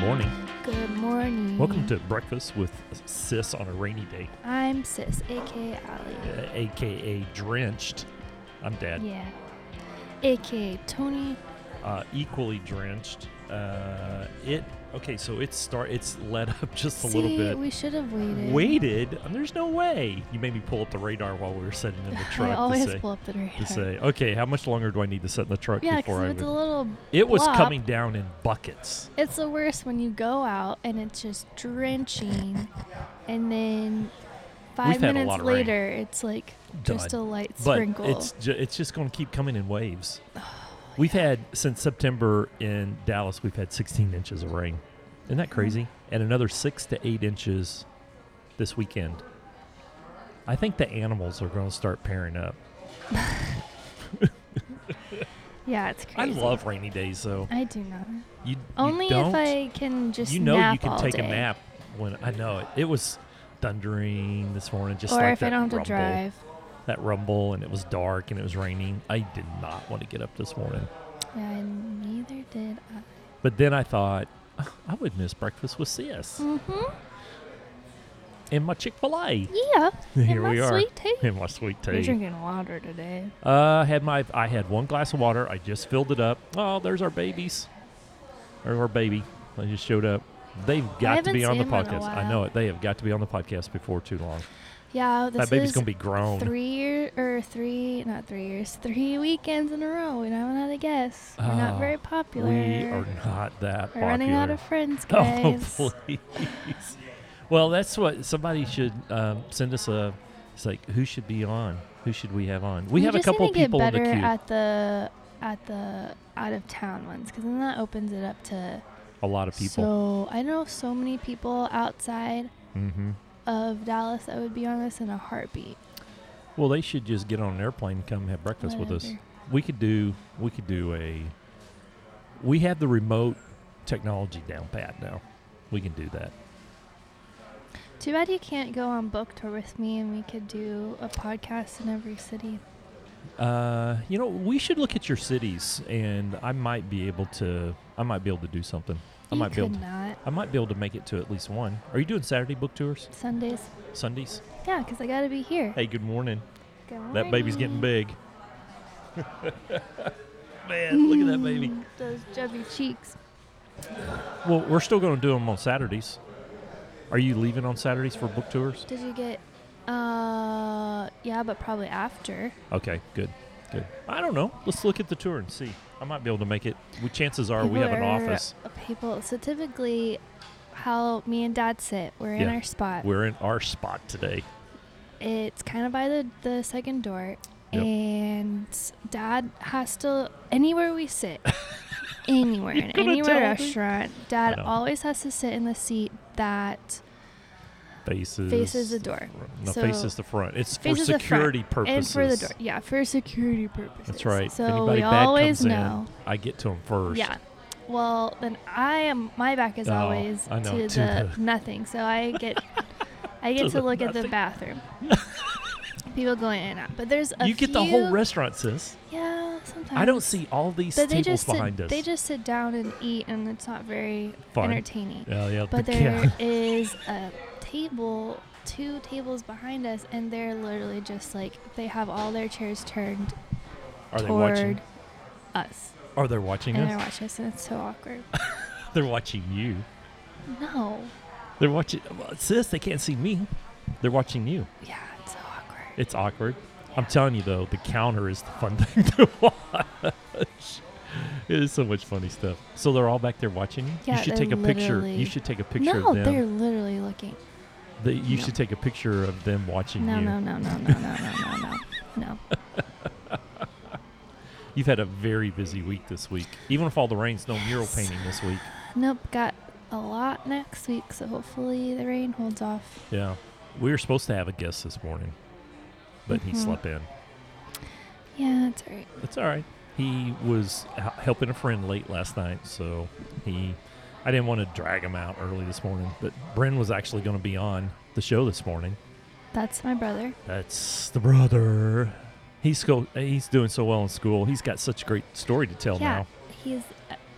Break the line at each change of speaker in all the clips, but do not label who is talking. morning.
Good morning.
Welcome to Breakfast with Sis on a Rainy Day,
I'm Sis, aka Ali.
uh, aka Drenched. I'm Dad.
Yeah. AKA Tony.
Uh, equally drenched. Uh, it okay. So it's start. It's let up just a
See,
little bit.
we should have waited.
Waited. and There's no way. You made me pull up the radar while we were sitting in the truck
I
to
always
say.
pull up the radar.
To say, okay, how much longer do I need to sit in the truck
yeah,
before I?
because it's a
would-
little.
it was
blob.
coming down in buckets.
It's the worst when you go out and it's just drenching, and then 5
had a
minutes
lot of rain.
later it's like just
Done.
a light
but
sprinkle. Oh,
it's ju- it's just going to keep coming in waves. we've had since September in Dallas, we've had 16 inches of rain. Isn't
Hmm.
that crazy? And another six to eight inches this weekend. I think the animals are going to start pairing up.
yeah, it's
I
crazy.
love rainy days, though.
I do not.
You you
Only
don't,
if I can just
you know
nap
you can
all
take a
day.
nap when I know it. It was thundering this morning, just
or
like
if I
that
don't have
rumble,
to drive.
That rumble, and it was dark and it was raining. I did not want to get up this morning.
Yeah, and neither did I.
But then I thought, I would miss breakfast with sis
Mm-hmm.
and my Chick fil A.
Yeah.
Here
my
we are.
sweet tea.
And my sweet
You're
tea.
drinking water today.
Uh, had my I had one glass of water. I just filled it up. Oh, there's our babies. There's our baby. They just showed up. They've got to
haven't
be on the
seen one in a
podcast. I
while.
know it. They have got to be on the podcast before too long.
Yeah, this
that baby's
is
gonna be grown.
three year or three, not three years, three weekends in a row. We haven't had a guest. We're
Oh,
not very popular.
We are not that
We're
popular.
running out of friends,
Oh,
guys.
please. well, that's what somebody should um, send us a. It's like who should be on? Who should we have on? We, have a
just
couple
need to
people
get
in the
better
queue.
at the at the out of town ones, because then that opens it up to
a lot of people.
so I know so many people outside
hmm
of Dallas that would be on this in a heartbeat.
Well, they should just get on an airplane and come have breakfast with us.
Whatever.
We could do. We could do a. We have the remote technology down pat now. We can do that.
Too bad you can't go on book tour with me and we could do a podcast in every city.
Uh, you know, we should look at your cities, and I might be able to. I might be able to do something. I
you
might be able.
could
To,
not.
I might be able to make it to at least one. Are you doing Saturday book tours?
Sundays.
Sundays?
Yeah, 'cause I got to be here.
Hey, good morning.
Good
That baby's getting
morning.
big. Man, look at that baby.
Mm, Those chubby cheeks.
Well, we're still going to do them on Saturdays. Are you leaving on Saturdays for book tours?
Did you get. Uh, yeah, but probably after.
Okay, good, good. I don't know. Let's look at the tour and see. I might be able to make it. We, chances are we
People
have an
are-
office.
uh, People. So typically, how me and dad sit, we're in
Yeah,
our spot.
We're in our spot today.
it's kind of by the, the second door
Yep.
and dad has to anywhere we sit anywhere
You're
in
gonna
any
tell me?
restaurant
I
dad
know.
always has to sit in the seat that
Faces.
faces the door
No,
So-
faces the front. It's for
faces the front
security purposes.
and for the door yeah for security purposes
That's right.
so
if anybody
we
bad
always
comes
know
in, I get to them first.
yeah well then i am my back is
Oh,
always
I know,
to,
to
the,
the-
nothing so i get i get
To
to,
the
look at the
nothing.
bathroom people going in and out but there's a
you get the whole
few-
restaurant, sis.
Yeah, sometimes.
I don't see all these
But they
tables
just
behind
sit.
us.
They just sit down and eat, and it's not very
Fun.
entertaining.
yeah, yeah.
But
the-
there
yeah.
is a table, two tables behind us, and they're literally just like they have all their chairs turned
Are they
toward
watching?
us,
Are they watching
and they're
us?
watching us, and it's so awkward.
They're watching you.
no,
They're watching. well, Sis, they can't see me. They're watching you.
yeah, it's so awkward.
It's awkward. I'm telling you though, the counter is the fun thing to watch. It is so much funny stuff. So they're all back there watching you.
Yeah,
you should
they're
take a picture. You
literally-
should take a picture
No,
of them.
they're literally looking.
They- you
No.
should take a picture of them watching
No,
you.
no, no, no, no, no, no, no, no, no.
You've had a very busy week this week. Even if all the rain's no mural painting this week.
Nope, got a lot next week, so hopefully the rain holds off.
Yeah. We were supposed to have a guest this morning, but he
Mhm.
slept in.
Yeah, it's alright.
It's all right. He was h- helping a friend late last night, so he. I didn't want to drag him out early this morning, but Bren was actually going to be on the show this morning.
That's my brother.
That's the brother. He's go, He's doing so well in school. He's got such a great story to tell
yeah,
now.
he's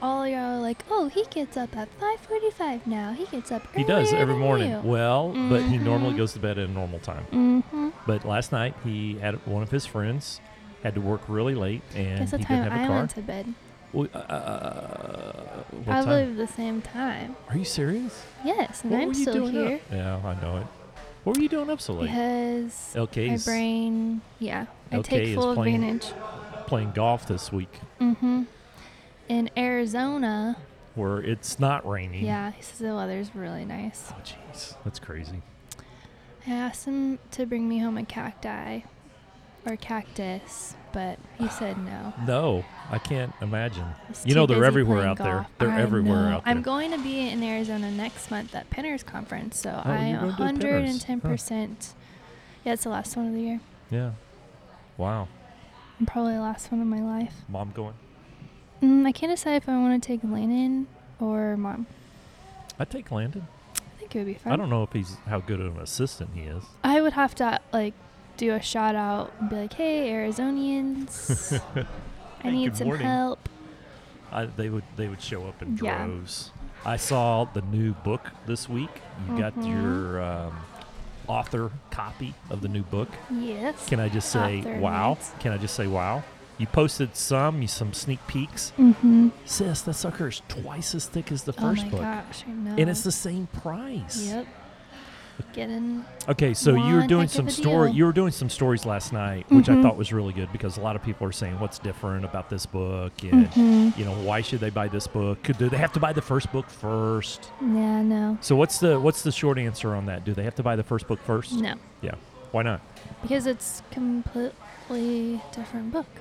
all y'all are like, oh, he gets up at 5:45 now. He gets up.
He does
earlier
every
than
morning.
you."
Well, but he normally
Mhm.
goes to bed at a normal time.
Mhm.
But last night he had one of his friends had to work really late and
Guess
he
the
didn't
time
have a
I
car.
went to bed.
Well, uh, uh, what
Probably
time?
the same time.
Are you serious?
Yes, and
What
I'm
were you
still
doing
here
Up? Yeah, I know it. What were you doing up so late?
because my
LK's
brain. Yeah, I
Okay,
take
is
full
playing-
advantage.
playing golf this week
Mhm. In Arizona,
where it's not raining.
yeah, he says the weather's really nice.
Oh, jeez. That's crazy.
I asked him to bring me home a cacti or cactus, but he said no.
No, I can't imagine.
He's
You know,
too
they're
busy
everywhere
playing
out there.
golf.
They're
I
everywhere
know.
out
I'm
there.
going to be in Arizona next month at Pinner's conference, so
Oh,
I
you're
am
going to the Pinners, huh.
110%. Yeah, it's the last one of the year.
Yeah. Wow.
And probably the last one of my life.
Mom going?
Mm, I can't decide if I want to take Lennon or mom.
I take Landon.
I think it would be fun.
I don't know if he's how good of an assistant he is.
I would have to like do a shout out and be like, "Hey, Arizonians, I
Hey,
need
good
some
morning."
help."
I, they would they would show up in
Yeah.
droves. I saw the new book this week. You got
Mhm.
your um, author copy of the new book.
Yes.
Can I just say
Author
wow?
notes.
Can I just say wow? You posted some, you some sneak peeks.
mm-hmm.
Sis, that sucker is twice as thick as the
Oh
first
my
book,
gosh, I know.
and it's the same price.
Yep. Getting
Okay, so you were
One
doing
heck
some
of a
story.
deal.
You were doing some stories last night, which I
Mhm.
thought was really good because a lot of people are saying, "What's different about this book?" and
Mhm.
you know, why should they buy this book? Could do they have to buy the first book first?
yeah, no,
So what's the what's the short answer on that? Do they have to buy the first book first?
no,
Yeah. Why not?
because it's completely different book,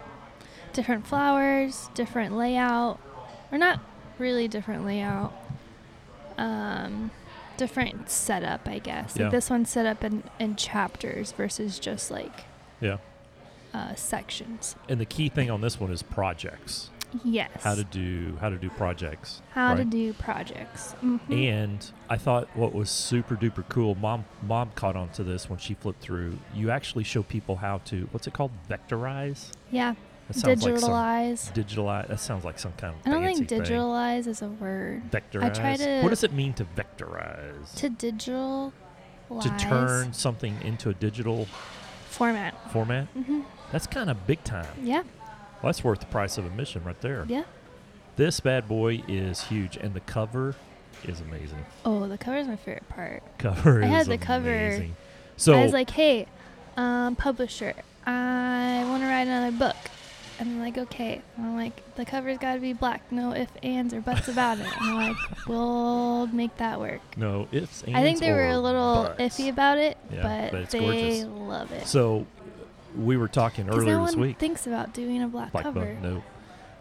different flowers, different layout, or not really different layout. Um, different setup, I guess.
Yeah.
Like this one's set up in in chapters versus just like
Yeah.
uh, sections.
And the key thing on this one is projects.
Yes.
How to do how to do projects.
How to
right?
do projects. Mhm.
And I thought what was super duper cool, mom mom caught on to this when she flipped through. You actually show people how to what's it called? Vectorize?
yeah.
That sounds like
Digitalize.
some digitalize that sounds like some kind of
I don't
fancy
think
thing.
digitalize is a word.
Vectorize.
I try to-
what does it mean to vectorize?
To digital
to turn something into a digital
format.
format.
hmm
That's kind of big time.
Yeah.
Well, that's worth the price of admission right there.
Yeah.
This bad boy is huge, and the cover is amazing.
Oh, the cover is my favorite part.
Cover
I
is
had the cover.
amazing. So
I was like, hey, um, publisher, I want to write another book. And they're like, okay. And I'm like, the cover's got to be black. No ifs, ands, or buts about it. And I'm like, we'll make that work.
no ifs. Ands,
I think they were
or
a little
buts.
iffy about it,
Yeah,
but,
but it's
they
gorgeous.
love it.
So we were talking
'Cause
earlier
no
this
one
week.
thinks about doing a black,
Black
cover.
Button, no.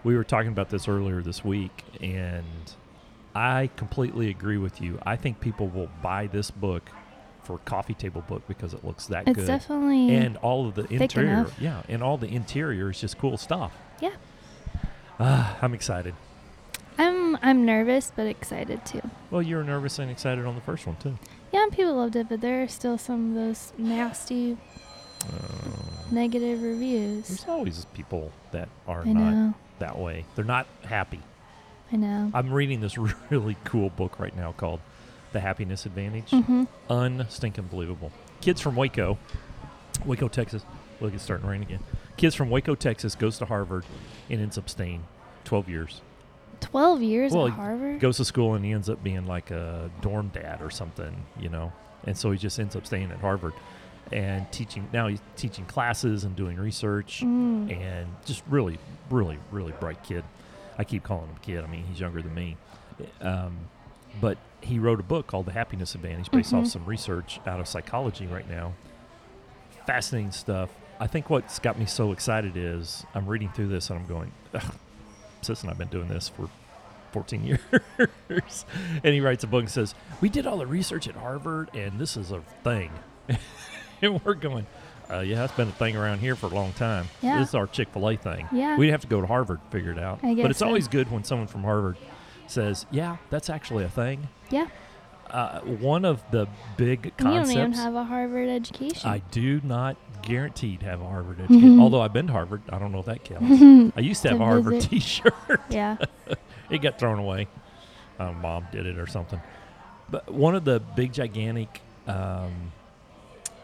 We were talking about this earlier this week, and I completely agree with you. I think people will buy this book for a coffee table book because it looks that
It's
good.
definitely
and all of the interior,
Mm-hmm. enough.
yeah, and all the interior is just cool stuff.
yeah.
Ah, I'm excited.
I'm I'm nervous but excited too.
Well, you were nervous and excited on the first one too.
Yeah, and people loved it, but there are still some of those nasty
Uh,
negative reviews.
there's always people that are
I
not
know.
that way. They're not happy.
I know.
I'm reading this really cool book right now called The Happiness Advantage.
hmm
unstinking believable. Kids from Waco, Waco, Texas. Look, it's starting to rain again. Kids from Waco, Texas, goes to Harvard and ends up staying 12 years.
Twelve years
Well,
at Harvard.
Goes to school and he ends up being like a dorm dad or something, you know. And so he just ends up staying at Harvard and teaching. Now he's teaching classes and doing research
Mm.
and just really, really, really bright kid. I keep calling him kid. I mean, he's younger than me. Um, but he wrote a book called The Happiness Advantage based off
Mhm.
some research out of psychology right now. Fascinating stuff. I think what's got me so excited is I'm reading through this and I'm going, Ugh, Sis and I've been doing this for 14 years. and he writes a book and says, We did all the research at Harvard and this is a thing. and we're going, uh, Yeah, it's been a thing around here for a long time.
Yeah.
This is our Chick fil A thing.
Yeah.
We'd have to go to Harvard to figure it out.
I
but
guess
it's
so.
always good when someone from Harvard says, Yeah, that's actually a thing.
yeah.
uh, one of the big
And You don't even
concepts.
have a Harvard education.
I do not guaranteed have a Harvard education. Although I've been to Harvard, I don't know if that counts. I used to have
To
a Harvard
visit.
T-shirt.
yeah.
it got thrown away. Uh, Mom did it or something. But one of the big gigantic um,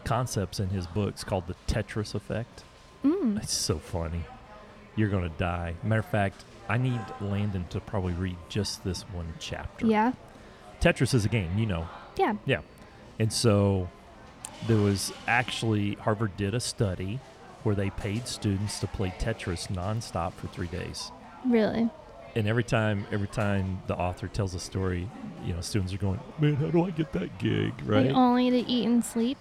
concepts in his books called the Tetris effect.
Mm.
It's so funny. You're gonna die. Matter of fact, I need Landon to probably read just this one chapter.
Yeah.
Tetris is a game, you know.
Yeah.
And so there was actually Harvard did a study where they paid students to play Tetris nonstop for three days.
Really.
And every time, every time the author tells a story, you know, students are going, "Man, how do I get that gig?" Right?
Like only to eat and sleep.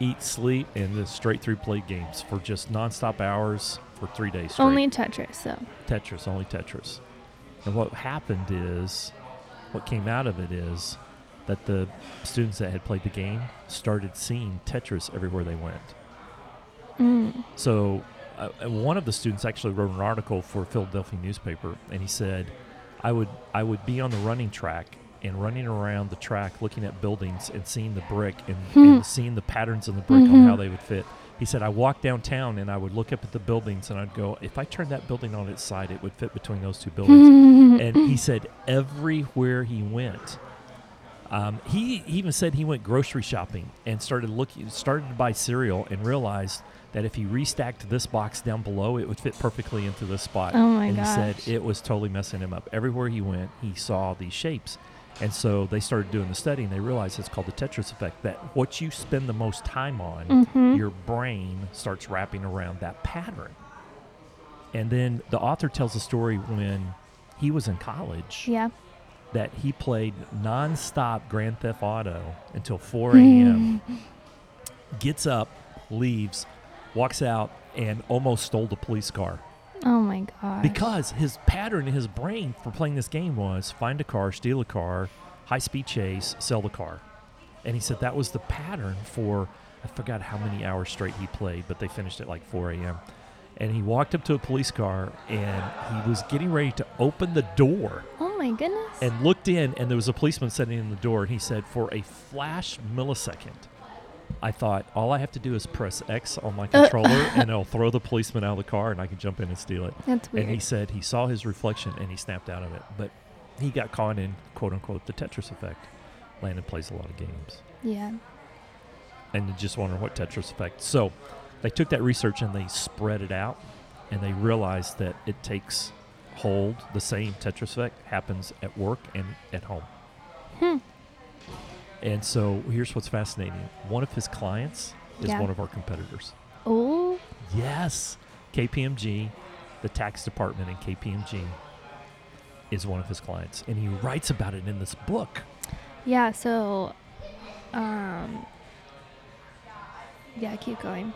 Eat, sleep, and then straight through play games for just nonstop hours for three days straight.
Only Tetris, though.
Tetris, only Tetris. And what happened is, what came out of it is that the students that had played the game started seeing Tetris everywhere they went.
Mm.
So, uh, uh, one of the students actually wrote an article for a Philadelphia newspaper, and he said, "I would I would be on the running track and running around the track, looking at buildings and seeing the brick and,
Hmm.
and seeing the patterns in the brick on how
Mhm.
they would fit." He said, "I walked downtown and I would look up at the buildings and I'd go, if I turned that building on its side, it would fit between those two buildings."
Mm.
and he said everywhere he went um, he even said he went grocery shopping and started looking started to buy cereal and realized that if he restacked this box down below it would fit perfectly into this spot
Oh my
and he
gosh.
said it was totally messing him up everywhere he went he saw these shapes and so they started doing the study and they realized it's called the tetris effect that what you spend the most time on
Mhm.
your brain starts wrapping around that pattern and then the author tells a story when he was in college
Yeah.
that he played nonstop Grand Theft Auto until 4 a.m. gets up, leaves, walks out, and almost stole the police car
Oh my gosh.
because his pattern in his brain for playing this game was find a car, steal a car, high speed chase, sell the car. And he said that was the pattern for, I forgot how many hours straight he played, but they finished at like 4 a.m. And he walked up to a police car and he was getting ready to open the door
Oh my goodness.
and looked in, and there was a policeman sitting in the door. And he said, For a flash millisecond, I thought, all I have to do is press X on my controller, and it'll throw the policeman out of the car, and I can jump in and steal it.
That's weird.
And he said he saw his reflection and he snapped out of it. But he got caught in, quote unquote, the Tetris effect. Landon plays a lot of games.
yeah.
And you just wondering what Tetris effect. So they took that research and they spread it out, and they realized that it takes hold. The same Tetris effect happens at work and at home.
Hmm.
And so here's what's fascinating. One of his clients is
Yeah.
one of our competitors.
Oh.
Yes. KPMG, the tax department in KPMG, is one of his clients. And he writes about it in this book.
Yeah. So. Um. Yeah. Keep going.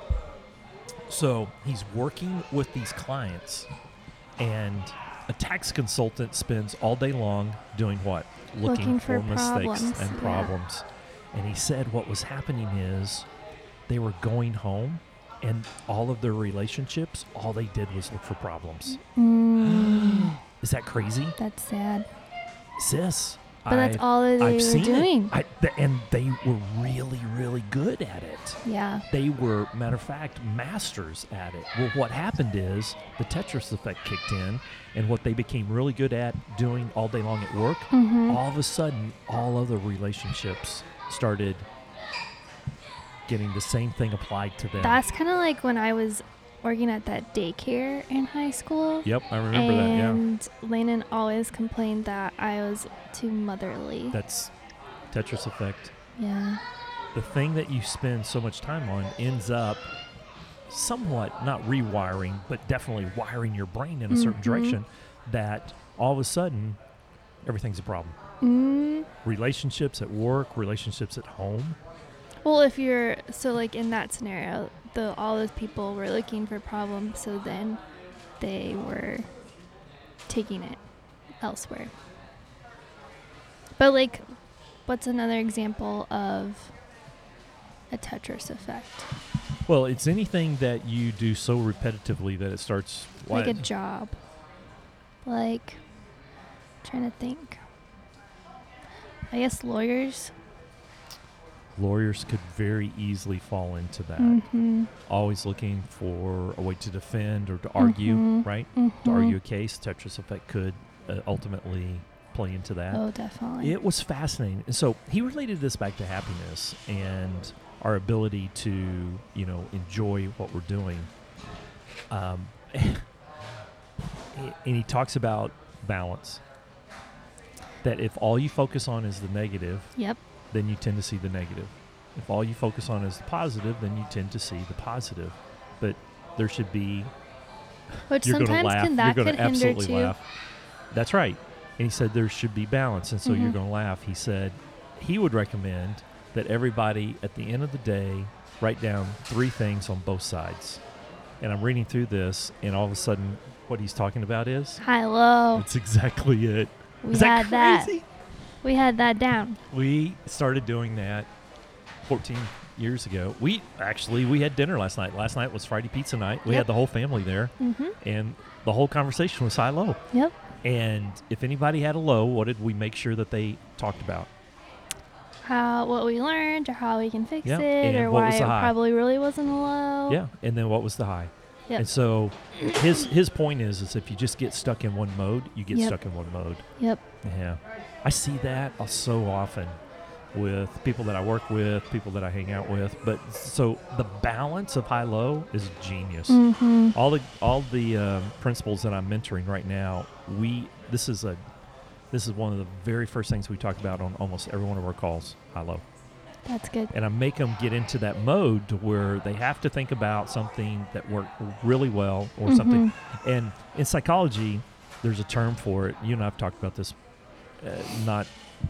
So he's working with these clients, and a tax consultant spends all day long doing what?
Looking for
mistakes
problems,
and
yeah.
problems. And he said what was happening is they were going home, and all of their relationships, all they did was look for problems.
Mm,
Is that crazy?
that's sad.
Sis.
But that's
I've-
all that they
I've
were
seen
doing.
it. I, th- and they were really, really good at it.
Yeah.
They were, matter of fact, masters at it. Well, what happened is the Tetris effect kicked in, and what they became really good at doing all day long at work,
Mm-hmm.
all of a sudden, all other relationships started getting the same thing applied to them.
That's kind of like when I was working at that daycare in high school.
yep, I remember that.
and Landon always complained that I was too motherly.
Yeah, that's Tetris effect.
yeah.
the thing that you spend so much time on ends up somewhat not rewiring, but definitely wiring your brain in a certain
Mhm.
direction that all of a sudden everything's a problem.
Mm,
Relationships at work, relationships at home.
well, if you're so like in that scenario, the all those people were looking for problems, so then they were taking it elsewhere. But like, what's another example of a Tetris effect?
Well, it's anything that you do so repetitively that it starts
Like a job. Like, trying to think. I guess lawyers.
Lawyers could very easily fall into that.
Mm-hmm.
Always looking for a way to defend or to argue,
Mhm.
right? To
Mhm.
argue a case. Tetris Effect could uh, ultimately play into that.
Oh, definitely.
It was fascinating. And so he related this back to happiness and our ability to, you know, enjoy what we're doing. Um, and he talks about balance. That if all you focus on is the negative,
Yep.
then you tend to see the negative. If all you focus on is the positive, then you tend to see the positive. But there should be
Which
you're going to
sometimes
laugh.
can that
you're
can
going to
hinder
absolutely
too.
laugh. That's right. And he said there should be balance, and so you're
Mhm.
going to laugh. He said he would recommend that everybody at the end of the day write down three things on both sides. And I'm reading through this, and all of a sudden, what he's talking about is
High low.
it's exactly it.
We
Is
had
that
that.
crazy?
We had that down.
We started doing that 14 years ago. We actually we had dinner last night. Last night was Friday pizza night. We
Yep.
had the whole family there,
Mm-hmm.
and the whole conversation was high low.
Yep.
And if anybody had a low, what did we make sure that they talked about?
How what we learned, or how we can fix
Yeah,
it,
and
or
what
why
was
it
the high?
probably really wasn't a low.
Yeah. And then what was the high?
Oh. Yep.
And so his his point is is if you just get stuck in one mode, you get
Yep.
stuck in one mode.
Yep.
Yeah. I see that uh, so often with people that I work with, people that I hang out with. But so the balance of high low is genius.
Mm-hmm.
all the all the um, principals that I'm mentoring right now, we this is a this is one of the very first things we talk about on almost every one of our calls, high low,
That's good.
and I make them get into that mode to where they have to think about something that worked really well or
Mm-hmm.
something. And in psychology, there's a term for it. You and I've talked about this, uh, not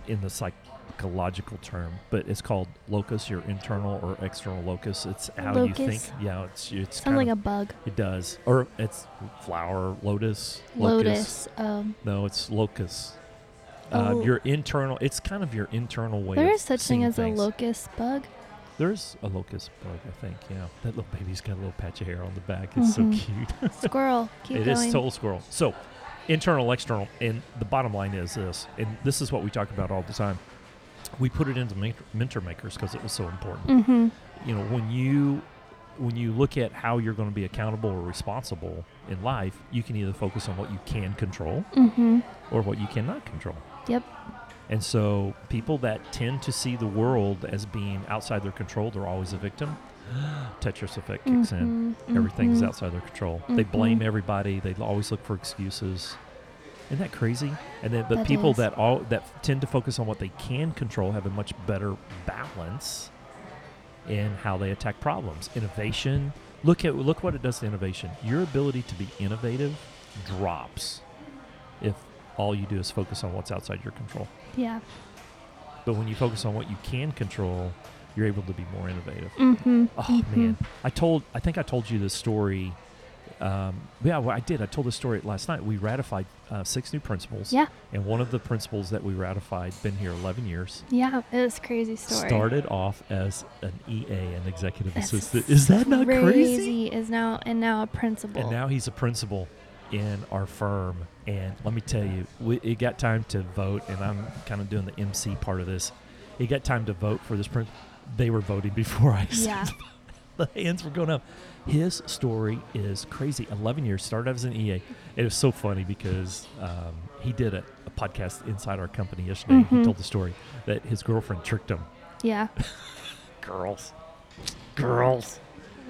in the psychological term, but it's called locus, your internal or external locus. It's how you think.
Locus.
Yeah, it's it's
Sounds
kind
like
of
a bug.
it does. Or it's flower, lotus, locust.
Lotus. Um,
No, it's locus. Um,
Oh.
Your internal, it's kind of your internal way.
there
of
is such thing
seeing
as
things.
a locust bug.
There's a locust bug, I think. Yeah, that little baby's got a little patch of hair on the back. It's
Mhm.
so cute.
Squirrel. Keep
It is
going.
total squirrel. So, internal, external, and the bottom line is this, and this is what we talk about all the time. We put it into mentor- mentor makers because it was so important
mm-hmm.
you know when you when you look at how you're going to be accountable or responsible in life you can either focus on what you can control
Mm-hmm.
or what you cannot control
Yep.
and so people that tend to see the world as being outside their control they're always a victim tetris effect kicks in
Mhm,
everything's
mhm.
outside their control they blame
Mhm.
everybody they always look for excuses isn't that crazy and then but
That
people
is.
that all that tend to focus on what they can control have a much better balance in how they attack problems innovation look at look what it does to innovation your ability to be innovative drops if all you do is focus on what's outside your control
Mm-hmm. Yeah.
but when you focus on what you can control you're able to be more innovative
Mm-hmm.
Oh man, I told I think I told you this story. Um, yeah, well, I did. I told the story last night. We ratified uh, six new principals.
Yeah.
and one of the principals that we ratified been here eleven years.
Yeah. It was a crazy story.
Started off as an EA, an executive
That's
assistant. Is that not
crazy?
crazy?
Is now and now a principal.
And now he's a principal in our firm. And let me tell you, we, it got time to vote, and I'm kind of doing the MC part of this. It got time to vote for this principal. They were voting before I said
Yeah.
the hands were going up. His story is crazy. 11 years, started as an EA. It was so funny because um, he did a, a podcast inside our company yesterday. He
Mhm.
told the story that his girlfriend tricked him.
yeah,
Girls. Girls.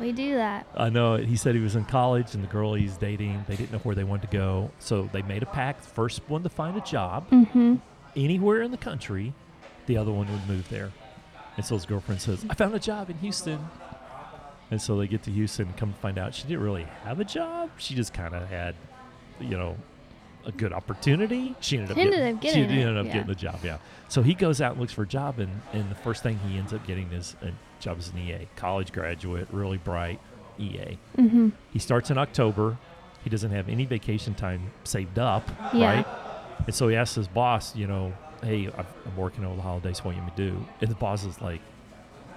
we do that.
I know. He said he was in college and the girl he's dating, they didn't know where they wanted to go. So they made a pact. First one to find a job
Mm-hmm.
anywhere in the country, the other one would move there. And so his girlfriend says, I found a job in Houston. And so they get to Houston and come to find out she didn't really have a job. She just kind of had, you know, a good opportunity. She ended up
Ended
getting,
up getting
she
it,
ended up
yeah.
getting the job. Yeah. So he goes out and looks for a job, and, and the first thing he ends up getting is a job as an EA, college graduate, really bright E EA.
Mm-hmm.
He starts in October. He doesn't have any vacation time saved up,
Yeah.
right? And so he asks his boss, you know, hey, I've- I'm working over the holidays. What do you want me to do? And the boss is like,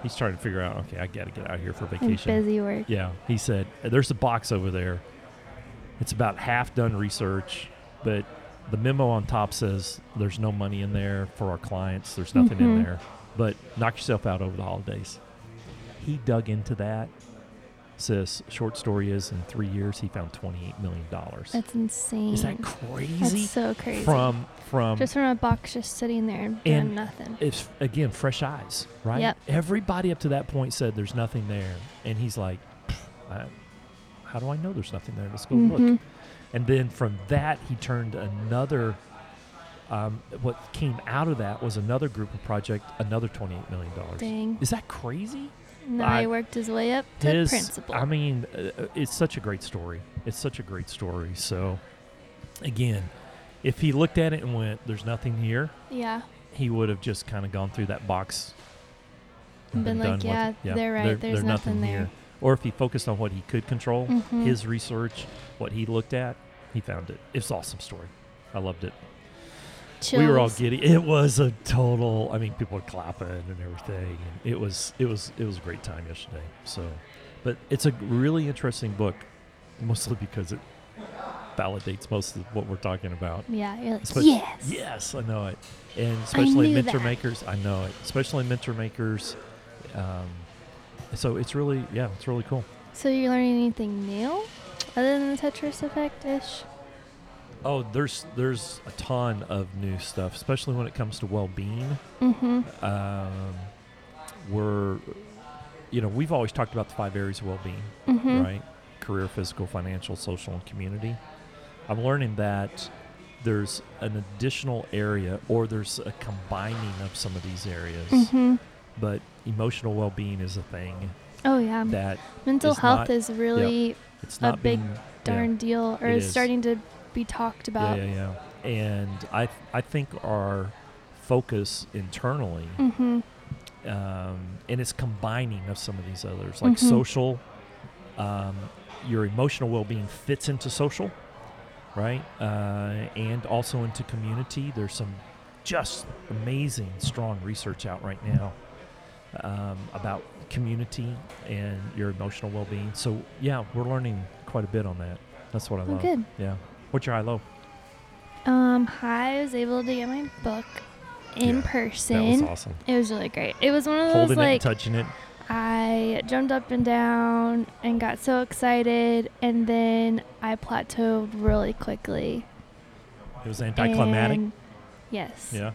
he's trying to figure out, okay, I got to get out of here for
And
vacation.
busy work.
Yeah. He said, there's a box over there. It's about half done research, but The memo on top says there's no money in there for our clients. There's nothing in
Mhm.
there, but knock yourself out over the holidays. He dug into that. Says short story is in three years he found twenty eight million dollars.
That's insane.
Is that crazy?
That's so crazy.
From from
just from a box just sitting there and
And-
doing nothing.
it's again fresh eyes, right?
Yep.
Everybody up to that point said there's nothing there, and he's like, I, "How do I know there's nothing there? Let's go look."
Mhm.
And then from that, he turned another. Um, what came out of that was another group of project, another twenty-eight million dollars.
Dang.
Is that crazy?
Now
I-
he worked his way up to
His-
principal.
I mean, uh, it's such a great story. It's such a great story. So, again, if he looked at it and went, "There's nothing here,"
yeah.
he would have just kind of gone through that box
And been like,
done with
yeah,
it.
they're right.
there-
There's
there
nothing, there.
Or if he focused on what he could control,
Mhm.
Mm-hmm. his research, what he looked at, he found it. It's an awesome story. I loved it. We were all
Chills.
giddy. It was a total. I mean, people were clapping and everything. And it was it was it was a great time yesterday. So, but it's a really interesting book, mostly because it validates most of what we're talking about.
Yeah. You're like,
Especially-
yes.
Yes, I know it. And especially
knew
mentor
that.
makers, I know it. Especially mentor makers. Um, so it's really, yeah, it's really cool.
So you're learning anything new other than the Tetris effect ish?
Oh, there's there's a ton of new stuff, especially when it comes to well-being.
Mm-hmm.
Um, we're, you know, we've always talked about the five areas of well-being,
Mm-hmm.
right? Career, physical, financial, social, and community. I'm learning that there's an additional area, or there's a combining of some of these areas.
Mm-hmm.
but emotional well-being is a thing
Oh yeah.
that
Mental
is
health
not-
is really
it's
A
not
big
being,
darn deal, or
it
is
is.
starting to be talked
yeah,
about.
yeah, yeah, yeah. And I, I think our focus internally,
Mm-hmm.
um, and it's combining of some of these others, like
Mhm.
social. Um, your emotional well-being fits into social, right? Uh, and also into community. There's some just amazing, strong research out right now um, about community and your emotional well-being. So yeah, we're learning quite a bit on that. That's what I
Oh,
love.
good.
Yeah. What's your high low?
Um, hi, I was able to get my book in
Yeah,
person.
That was awesome.
It was really great. It was one of those
Holding it, and
like
touching it.
I jumped up and down and got so excited, and then I plateaued really quickly.
It was anticlimactic.
And- yes.
Yeah.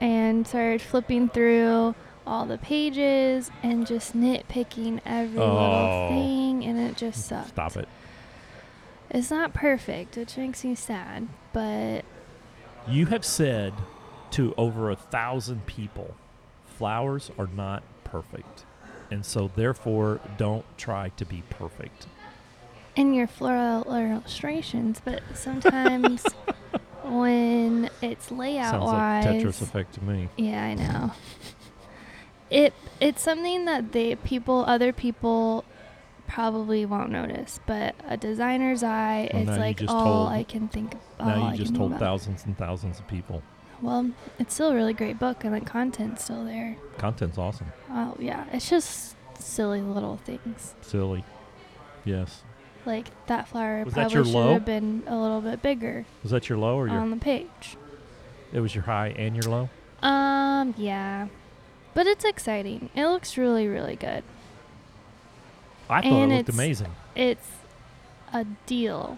And started flipping through all the pages and just nitpicking every
Oh.
little thing, and it just sucked.
Stop it.
It's not perfect, which makes me sad, but
You have said to over a thousand people, flowers are not perfect. And so, therefore, don't try to be perfect.
in your floral illustrations, but sometimes when it's layout
Sounds
wise,
like Tetris effect to me.
Yeah, I know. It it's something that they people other people probably won't notice, but a designer's eye,
Well, now
it's
you
like
just
all
told-
I can think. All
now
I
you just
can
told
think about.
thousands and thousands of people.
Well, it's still a really great book, and the content's still there.
Content's awesome.
Oh yeah, it's just silly little things
Silly. Yes.
like that flower
Was that
probably
your
should
low?
have been a little bit bigger
Was that your low or your?
on the page.
it was your high and your low.
Um, yeah, but it's exciting. It looks really, really good.
I thought
And
it looked
it's-
amazing.
It's a deal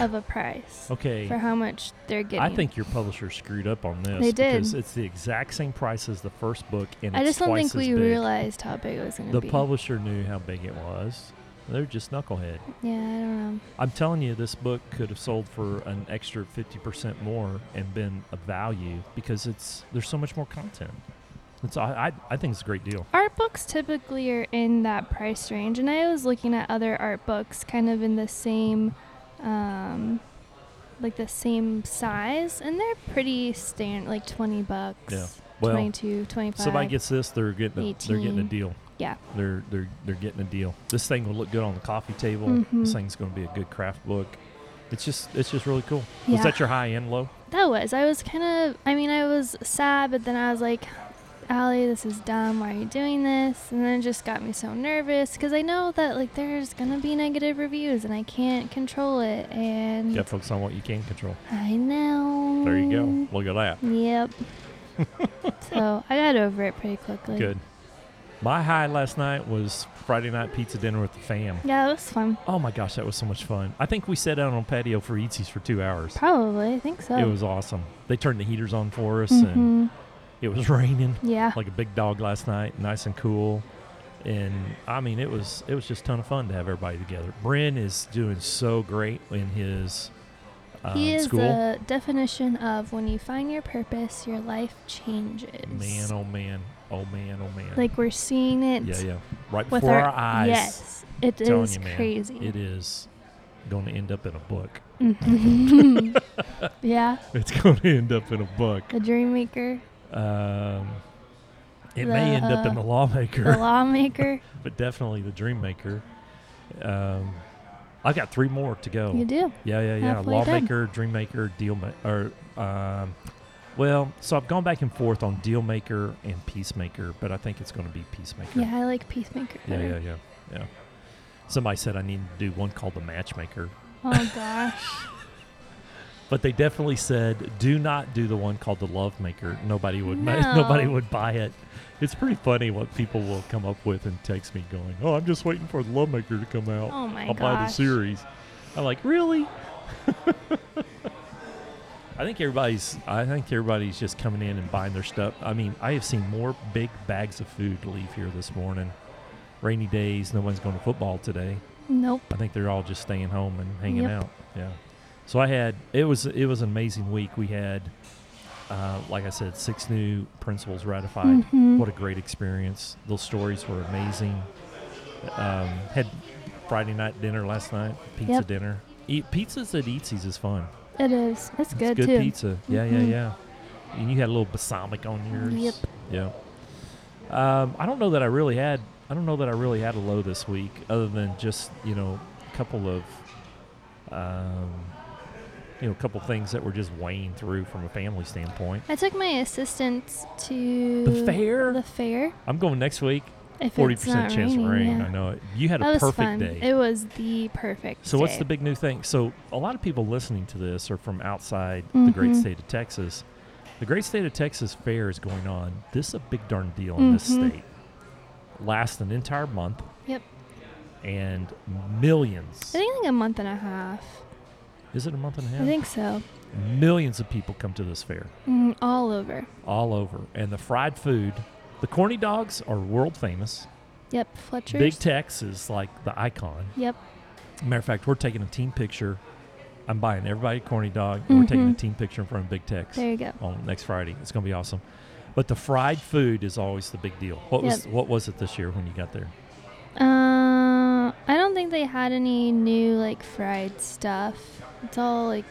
of a price
Okay.
for how much they're getting.
I think your publisher screwed up on this.
They did.
Because it's the exact same price as the first book, and
I
it's
just don't
twice
think we
as big.
realized how big it was going to
The
be.
publisher knew how big it was. They're just knucklehead.
yeah, I don't know.
I'm telling you, this book could have sold for an extra 50% more and been a value because it's there's so much more content. It's I I, I think it's a great deal.
Art books typically are in that price range, and I was looking at other art books, kind of in the same, um, like the same size, and they're pretty stand like twenty bucks.
Yeah. Well,
22, 25.
Somebody gets this, they're getting a, they're getting a
18.
deal.
Yeah.
They're they're they're getting a deal. This thing will look good on the coffee table. This
Mhm.
thing's going to be a good craft book. It's just it's just really cool.
Yeah.
Was that your high end low?
That was. I was kind of. I mean, I was sad, but then I was like, Allie, this is dumb. Why are you doing this? And then it just got me so nervous because I know that like there's gonna be negative reviews and I can't control it. And
Got to focus on what you can control.
I know.
There you go. Look at that.
Yep. so I got over it pretty quickly.
Good. My high last night was Friday night pizza dinner with the fam.
Yeah, it was fun.
Oh my gosh, that was so much fun. I think we sat out on patio for Eatsies for two hours.
Probably, I think so.
It was awesome. They turned the heaters on for us, and
hmm
it was raining
Yeah.
like a big dog last night, nice and cool. And I mean, it was it was just a ton of fun to have everybody together. Bryn is doing so great in his uh,
he is
school.
the definition of when you find your purpose, your life changes.
man, oh man, oh man, oh man.
Like we're seeing it
yeah, yeah, right
with
before
our,
our, eyes.
Yes, it
Telling
is
you, man,
crazy.
It is going to end up in a book.
Mhm. yeah,
It's going to end up in a book.
the dream maker,
Um, it
The,
may end up in
uh,
the lawmaker,
the lawmaker.
but definitely the dream maker. Um, I got three more to go.
You do.
Yeah, yeah, yeah.
Halfway done.
Lawmaker, dream maker, deal ma- or um, well, so I've gone back and forth on deal maker and peacemaker, but I think it's going to be peacemaker.
Yeah, I like peacemaker.
yeah,
better.
yeah, yeah, yeah. Somebody said I need to do one called the matchmaker,
Oh gosh.
but they definitely said do not do the one called the love maker. Nobody would ma- nobody
No.
would buy it. It's pretty funny what people will come up with and text me going, "Oh, I'm just waiting for the love maker to come out.
Oh my
I'll
gosh.
buy the series." I'm like, "Really?" I think everybody's I think everybody's just coming in and buying their stuff. I mean, I have seen more big bags of food leave here this morning. Rainy days, no one's going to football today.
Nope.
I think they're all just staying home and hanging
Yep.
out. Yeah. So I had it was it was an amazing week. We had, uh, like I said, six new principals ratified.
Mhm.
What a great experience! Those stories were amazing. Um, had Friday night dinner last night. Pizza
Yep.
dinner. Eat pizzas at Eatsies is fun.
It is. It's
It's
good,
good
too.
pizza. Yeah,
Mhm.
yeah, yeah. And you had a little balsamic on yours.
Yep.
Yeah. Um, I don't know that I really had. I don't know that I really had a low this week, other than just you know a couple of, um, you know, a couple things that were just weighing through from a family standpoint.
I took my assistants to
The fair?
The fair.
I'm going next week.
If
Forty
it's not
percent chance of
raining,
rain.
yeah.
I know it. You had
that
a
was
perfect
fun.
day.
It was the perfect.
So what's
day.
the big new thing? So a lot of people listening to this are from outside the great
Mhm.
state of Texas. The great state of Texas fair is going on. This is a big darn deal in this
Mhm.
state. Lasts an entire month.
Yep.
And millions.
I think like a month and a half.
Is it a month and a half?
I think so.
millions of people come to this fair
Mm, all over.
all over. And the fried food, the corny dogs are world famous.
Yep. Fletcher's.
Big Tex is like the icon.
Yep.
Matter of fact, we're taking a team picture. I'm buying everybody a corny dog. and We're taking a
Mhm.
team picture in front of Big Tex.
There you go.
on next Friday. It's going to be awesome. But the fried food is always the big deal. What was
Yep.
what was it this year when you got there?
Uh, I don't think they had any new like fried stuff. It's all like,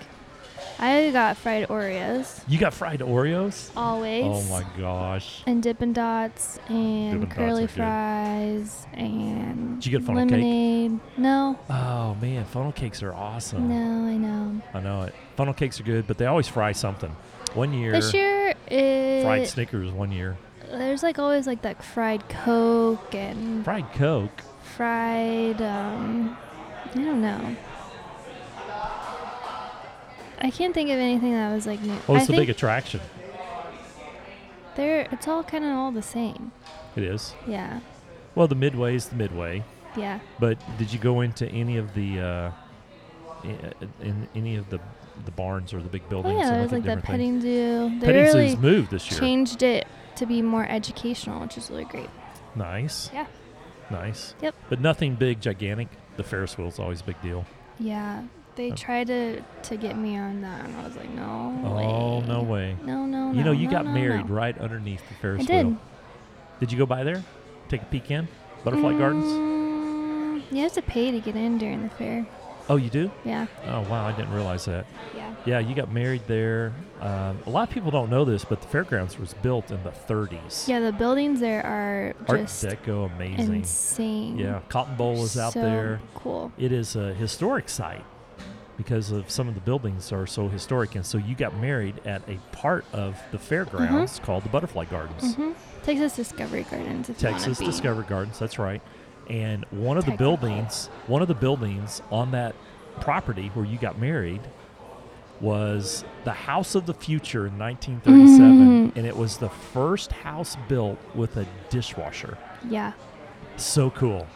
I got fried Oreos
You got fried Oreos?
always.
Oh my gosh.
And Dippin' Dots and
Dippin' Dots
curly
are good.
fries and
Did you get funnel cake?
lemonade. No,
Oh man, funnel cakes are awesome.
no, I know.
I know it. Funnel cakes are good, but they always fry something. One year,
This year it
fried Snickers. One year,
there's like always like that fried Coke and
fried Coke.
fried um I don't know. I can't think of anything that was like new.
What was
I
the
think
big attraction?
They're it's all kind of all the same.
It is.
Yeah,
Well, the midway is the midway.
yeah.
But did you go into any of the uh, i- uh, in any of the the barns or the big
Oh
buildings?
yeah,
and
there's
look
like
at
that
different things?
petting zoo. They
Petting
really
Zoo's moved this year.
changed it to be more educational, which is really great.
Nice.
Yeah.
Nice.
Yep.
But nothing big, gigantic. The Ferris wheel's always a big deal.
Yeah, they
Oh.
tried to to get me on that, and I was like, no.
Oh, no way.
No, no,
you
no,
know, you
no,
got
no,
married
no.
right underneath the
I
Ferris
did.
wheel. Did you go by there? Take a peek in? Butterfly Gardens?
Mm, You have to pay to get in during the fair.
Oh, you do?
Yeah,
Oh, wow. I didn't realize that.
yeah.
Yeah, you got married there. Um, a lot of people don't know this, but the fairgrounds was built in the 30s.
Yeah, the buildings there are
Art
just
Deco, amazing.
insane.
Yeah. Cotton Bowl is out
Mm. So
there.
Cool.
It is a historic site. because of some of the buildings are so historic. And so you got married at a part of the fairgrounds
Mm-hmm.
called the Butterfly Gardens,
hmm Texas Discovery Gardens. If you wanna
Texas
be.
Discovery Gardens. That's right. And one of the
Technical.
buildings, one of the buildings on that property where you got married was the House of the Future in 1937
Mm-hmm.
and it was the first house built with a dishwasher.
Yeah.
So cool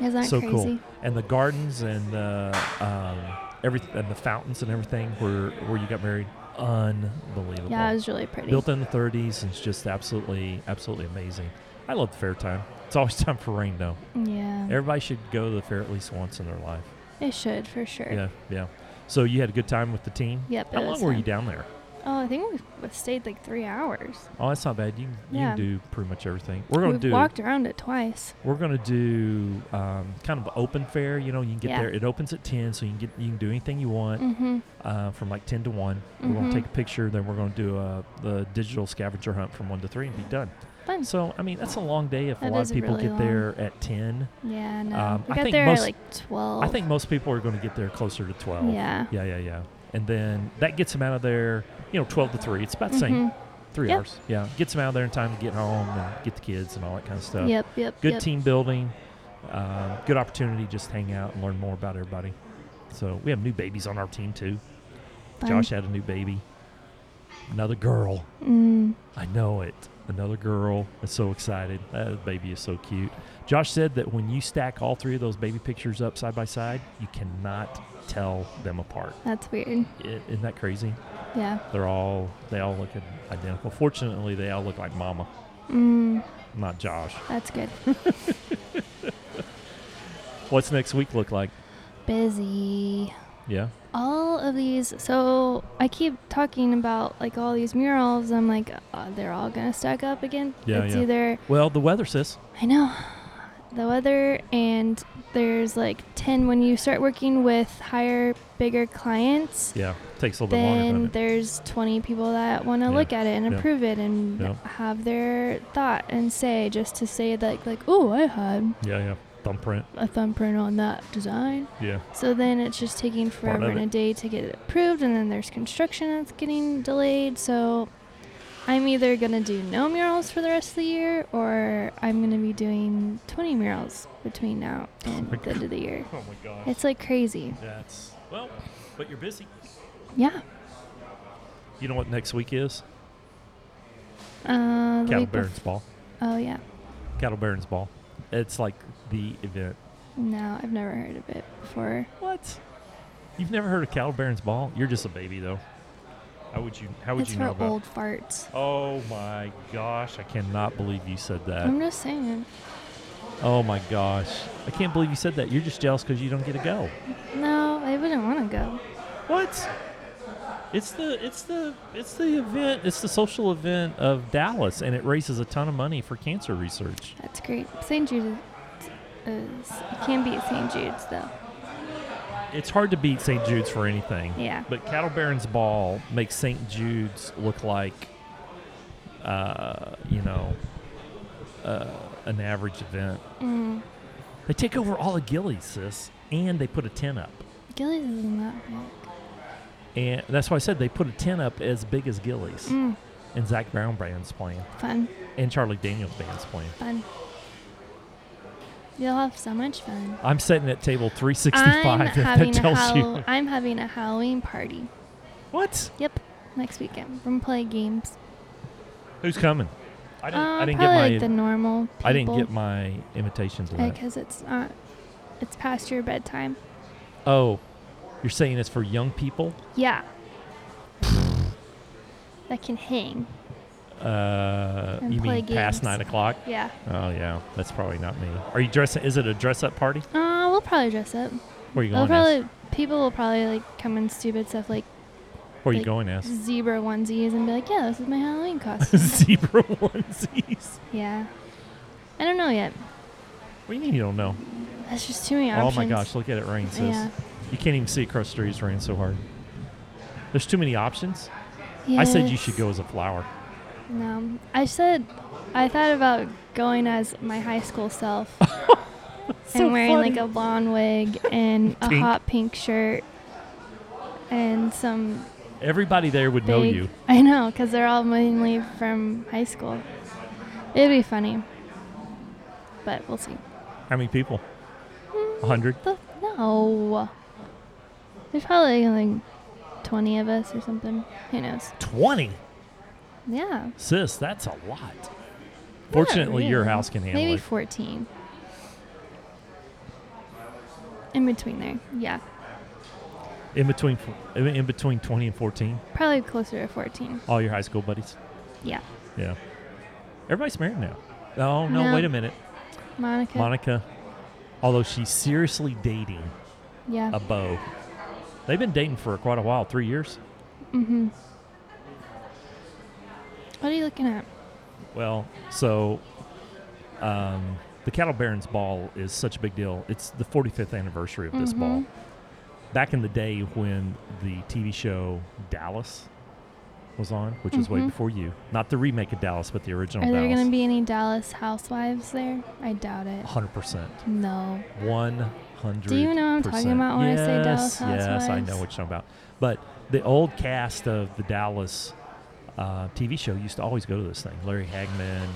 Isn't that
so
crazy?
cool. And the gardens and the um, everything and the fountains and everything where where you got married, unbelievable.
Yeah, it was really pretty.
Built in the 30s, and it's just absolutely absolutely amazing. I love the fair time. It's always time for rain though.
yeah.
Everybody should go to the fair at least once in their life.
it should for sure.
Yeah, yeah. So you had a good time with the team.
Yep.
How
it
long
was
were you
fun.
down there?
Oh, I think we stayed like three hours.
Oh, that's not bad. You can, you
Yeah.
can do pretty much everything. We're gonna
We've
do
walked around it twice.
We're gonna do um, kind of open fair. You know, you can get
Yeah.
there. It opens at ten, so you can get you can do anything you want
Mm-hmm.
uh, from like ten to one. We're gonna
Mhm.
take a picture, then we're gonna do uh, the digital scavenger hunt from one to three and be done.
Fun.
So I mean, that's a long day if a
That
lot
is
of people
really
get there at ten.
Yeah, no.
Um,
we
I
got
think
there
most-
at like 12.
I think most people are gonna get there closer to twelve.
Yeah.
yeah, yeah, yeah. And then that gets them out of there. You know, twelve to three. It's about the same
Mhm.
three
Yep.
hours. Yeah, gets them out of there in time to get home and get the kids and all that kind of stuff.
Yep, yep.
good
yep.
team building, um, good opportunity to just hang out and learn more about everybody. So we have new babies on our team too.
Fun.
Josh had a new baby, another girl.
Mm.
I know it. Another girl. I'm so excited. That baby is so cute. Josh said that when you stack all three of those baby pictures up side by side, you cannot tell them apart.
That's weird.
I- Isn't that crazy?
Yeah.
They're all they all look identical. Fortunately, they all look like Mama,
Mm,
not Josh.
that's good.
What's next week look like?
Busy.
Yeah.
All of these. So I keep talking about like all these murals. I'm like, uh, they're all gonna stack up again.
Yeah,
It's
yeah.
either
Well, the weather, sis.
I know the weather, and there's like ten when you start working with higher, bigger clients.
Yeah, takes a little bit longer.
then
doesn't it?
there's 20 people that want to
Yeah.
look at it and
Yeah.
approve it and
Yeah.
have their thought and say just to say like like oh I had
Yeah, yeah. Thumbprint.
a thumbprint on that design.
Yeah.
So then it's just taking
Part of
forever and a
it.
day to get it approved, and then there's construction that's getting delayed. So I'm either gonna do no murals for the rest of the year, or I'm gonna be doing 20 murals between now and
my
the end of the year.
Oh my gosh.
It's like crazy.
That's well, but you're busy.
Yeah.
You know what next week is?
Uh, the
Cattle
week bef-
Barons Ball.
Oh yeah.
Cattle Barons Ball. It's like the event.
No, I've never heard of it before.
What? You've never heard of Cattle Barons Ball? You're just a baby though. How would you? How would
it's
you
for
know about?
old farts.
Oh my gosh! I cannot believe you said that.
I'm just saying. Mm-hmm.
Oh my gosh! I can't believe you said that. You're just jealous because you don't get to go.
No, I wouldn't want to go.
What? It's the it's the it's the event. It's the social event of Dallas, and it raises a ton of money for cancer research.
That's great. St. Jude's is, it can be at St. Jude's though.
It's hard to beat St. Jude's for anything.
Yeah.
But Cattle Baron's Ball makes St. Jude's look like, uh, you know, uh, an average event.
Mm.
They take over all of Gillies, sis, and they put a tent up.
Gillies isn't that big.
And that's why I said they put a tent up as big as Gillies.
Mm.
And Zach Brown band's playing,
Fun,
and Charlie Daniels band's playing.
fun. You'll have so much fun.
I'm sitting at table
I'm
365. if that
having, a
tells
Hall-
you
I'm having a Halloween party.
what?
Yep, next weekend. We're gonna play games.
Who's coming? I didn't.
Uh,
I didn't get
probably
my.
like the normal. People.
I didn't get my uh, invitation to that.
because it's not. It's past your bedtime.
Oh, you're saying it's for young people?
Yeah. that can hang.
Uh,
And
you
play
mean past
games.
nine o'clock?
Yeah.
Oh yeah, that's probably not me. Are you dressing? Is it a dress-up party?
Uh, we'll probably dress up.
Where are you
They'll
going? as?
Oh, probably people will probably like come in stupid stuff like
Where are you
like-
going as?
zebra onesies and be like, yeah, this is my Halloween costume.
Zebra onesies.
yeah. I don't know yet.
What do you mean you don't know?
That's just too many
Oh
options.
my gosh, look at it rain, sis.
Yeah.
You can't even see across the street. It's raining so hard. There's too many options. I said you should
Yes.
go as a flower.
No, I said I thought about going as my high school self and wearing like a blonde wig and a
Pink.
hot pink shirt and some
Everybody there would know
big-
you.
I know, because they're all mainly from high school. It'd be funny, but we'll see.
How many people? A hundred.
The, no, there's probably like twenty of us or something. Who knows?
Twenty.
Yeah.
Sis, that's a lot. Fortunately, your
really.
house can handle
Maybe
it.
14. In between there. Yeah.
in between, fo- in between twenty and fourteen,
Probably closer to 14.
all your high school buddies.
Yeah.
Yeah. Everybody's married now. Oh no!
No.
Wait a minute,
Monica.
Monica. Although she's seriously dating
yeah.
a beau, they've been dating for quite a while. Three years.
mm-hmm. What are you looking at?
Well, so um, the Cattle Barons Ball is such a big deal. It's the 45th anniversary of this ball.
Mhm.
Back in the day when the TV show Dallas was on, which was way
Mhm.
before you, not the remake of Dallas, but the original
are there
Dallas.
going to be any Dallas housewives there? I doubt it.
100%.
No.
100
Do you know what I'm talking about when I say
Yes,
Dallas
I
Housewives?
know what you're talking about. But the old cast of the Dallas uh, TV show used to always go to this thing. Larry Hagman and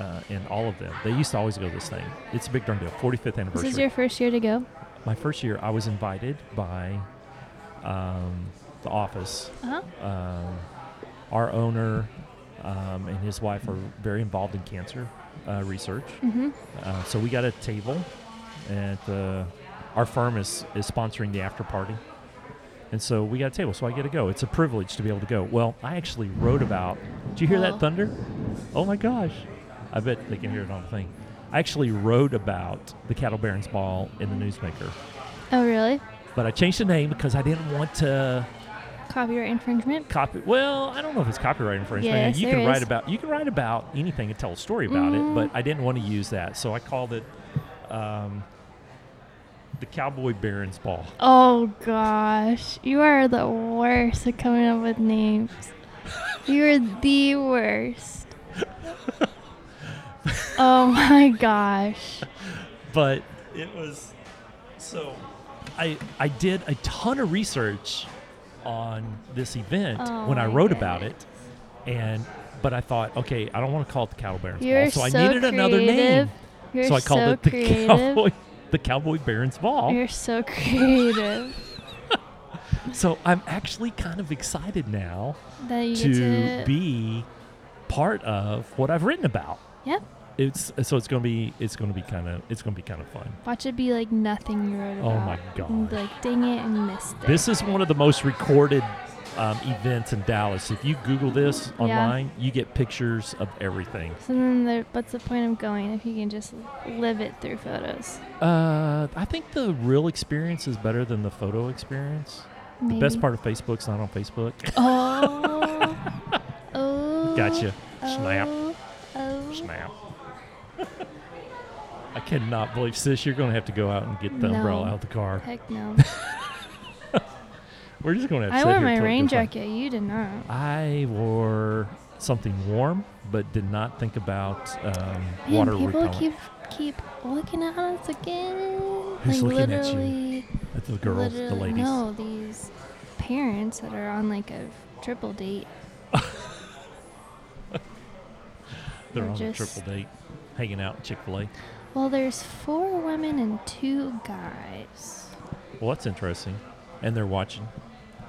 uh, and all of them. They used to always go to this thing. It's a big darn deal. 45th
This
anniversary.
is your first year to go?
My first year, I was invited by um, the office.
Uh-huh.
Um, our owner um, and his wife are very involved in cancer uh, research.
Mm-hmm.
Uh, so we got a table, and uh, our firm is, is sponsoring the after party. And so we got a table, so I get to go. It's a privilege to be able to go. Well, I actually wrote about. Did you hear
Oh.
that thunder? Oh my gosh! I bet they can hear it on the thing. I actually wrote about the Cattle Barons Ball in the Newsmaker,
Oh, really?
but I changed the name because I didn't want to
Copyright infringement?
copy. Well, I don't know if it's copyright infringement.
Yes,
you
there
can write
is.
about you can write about anything and tell a story about
Mhm.
it, but I didn't want to use that, so I called it um, the Cowboy Baron's Ball.
Oh gosh, you are the worst at coming up with names. You are the worst. oh my gosh.
But it was so I I did a ton of research on this event
Oh,
when I
I
wrote
get
about it,
it.
and but I thought, okay, I don't want to call it the Cowboy Baron's
You're
Ball, so,
so,
I needed
creative.
another name,
You're
so I called
so
it the
creative.
Cowboy the Cowboy Baron's Ball.
You're so creative
So I'm actually kind of excited now
that you
to,
get to
be part of what I've written about.
Yep.
It's so it's gonna be it's gonna be kind of it's gonna be kind of fun.
Watch it be like nothing you wrote about.
Oh my
And be
gosh.
Like dang it and missed it.
This is one of the most recorded um, events in Dallas. If you Google this
Yeah.
online, you get pictures of everything.
so then there, what's the point of going if you can just live it through photos?
Uh, I think the real experience is better than the photo experience. The best
Maybe.
part of Facebook's not on Facebook.
Oh. oh.
Gotcha.
Oh.
Snap.
Oh.
Snap. I cannot believe, sis, you're going to have to go out and get the
No.
umbrella out of the car.
Heck no.
We're just going to have to
I
sit
wore
here
my
till it
rain
goes by.
jacket. You did not.
I wore something warm, but did not think about um,
Man,
water
people
repellent.
keep keep looking at us again.
Who's
like
looking at you?
literally,
That's the girls, the
literally-
ladies.
No, these parents that are on like a triple date.
They're
They're
on a
just-
triple date, hanging out at Chick fil A.
Well, there's four women and two guys.
Well, that's interesting. And they're watching.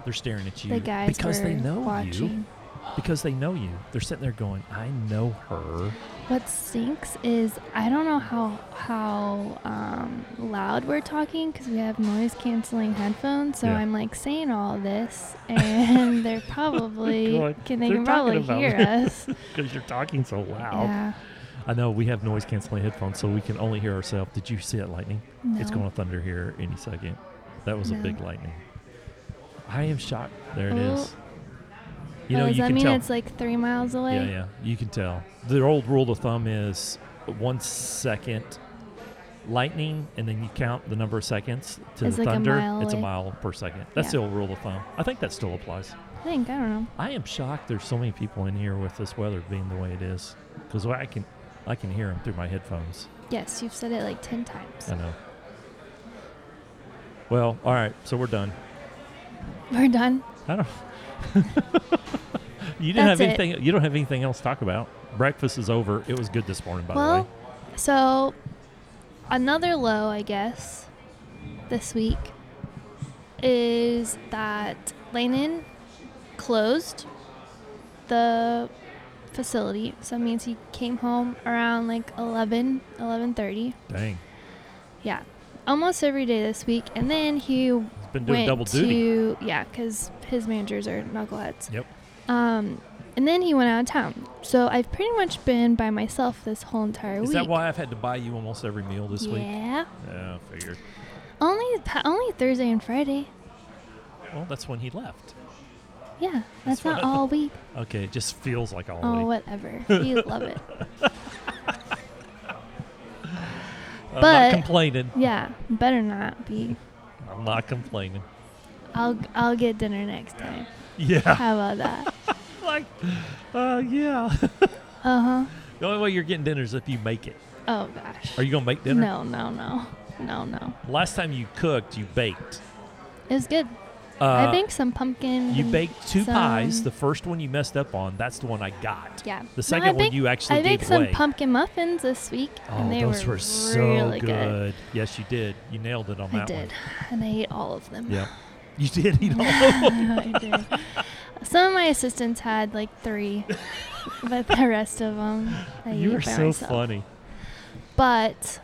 They're staring at you
the guys
because they
were
know
watching.
you. Because they know you. They're sitting there going, I know her.
What stinks is I don't know how how um, loud we're talking because we have noise canceling headphones. So
Yeah.
I'm like saying all this, and they're probably
God,
can they
they're
can probably
talking about
hear
me.
us.
Because you're talking so loud.
yeah,
I know we have noise canceling headphones, so we can only hear ourselves. Did you see that lightning? It's
No.
going to thunder here any second. That was a
No.
big lightning. I am shocked. There it
Oh.
is. You
Oh,
know,
does
you
that
can
mean
tell.
it's like three miles away?
yeah, yeah, you can tell. The old rule of thumb is one second lightning, and then you count the number of seconds to
It's
the
like a
thunder.
mile
it's a
away.
mile per second. That's
Yeah.
the old rule of thumb. I think that still applies.
I think I don't know.
I am shocked. There's so many people in here with this weather being the way it is, because I can, I can hear them through my headphones.
Yes, you've said it like ten times.
I know. Well, all right, so we're done.
We're done.
I don't. you didn't have
That's it.
anything. You don't have anything else to talk about. Breakfast is over. It was good this morning, by the
well,
way.
so another low, I guess, this week is that Lanin closed the facility. So it means he came home around like 11, 11.30.
Dang,
Yeah. Almost every day this week. And then he
he's been doing
went
double
to,
duty.
yeah, because his managers are knuckleheads.
Yep.
Um, and then he went out of town. So I've pretty much been by myself this whole entire
Is
week.
that why I've had to buy you almost every meal this week?
Yeah.
Yeah, I figured.
Only pa- only Thursday and Friday.
Well, that's when he left.
Yeah. That's,
That's what
not
I thought.
all week.
Okay, it just feels like all
Oh,
week.
whatever. You love it.
I'm
Oh, but-
not complaining.
Yeah. Better not be.
I'm not complaining.
I'll I'll get dinner next time.
Yeah.
How about that?
like, uh, yeah.
Uh huh.
the only way you're getting dinner is if you make it.
Oh gosh.
Are you gonna make dinner?
No, no, no, no, no.
Last time you cooked, you baked.
It was good.
Uh,
I baked some pumpkin.
You
and
baked two pies.
some-
The first one you messed up on. That's the one I got.
Yeah.
The second one you actually
I baked
gave
some
away.
pumpkin muffins this week,
Oh,
and they
those
were,
were, so
really
good.
good.
Yes, you did. You nailed it on
I
that
did,
one.
and I ate all of them.
Yeah. You did eat all of them.
I did. Some of my assistants had like three, but the rest of them I
You
ate
are
by
so
myself.
funny.
But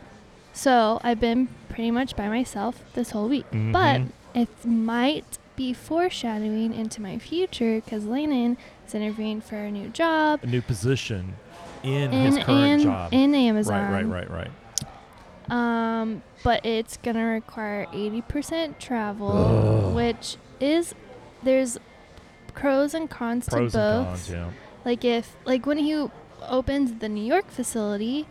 so I've been pretty much by myself this whole week. But
Mhm.
it might be foreshadowing into my future because Lanin is interviewing for a new job
A new position in,
in
his current
in,
job.
in
right,
Amazon.
right, right, right.
Um, but it's gonna require eighty percent travel,
Ugh.
which is there's pros and cons
Pros
to
and
both.
cons, yeah.
Like if like when he opened the New York facility,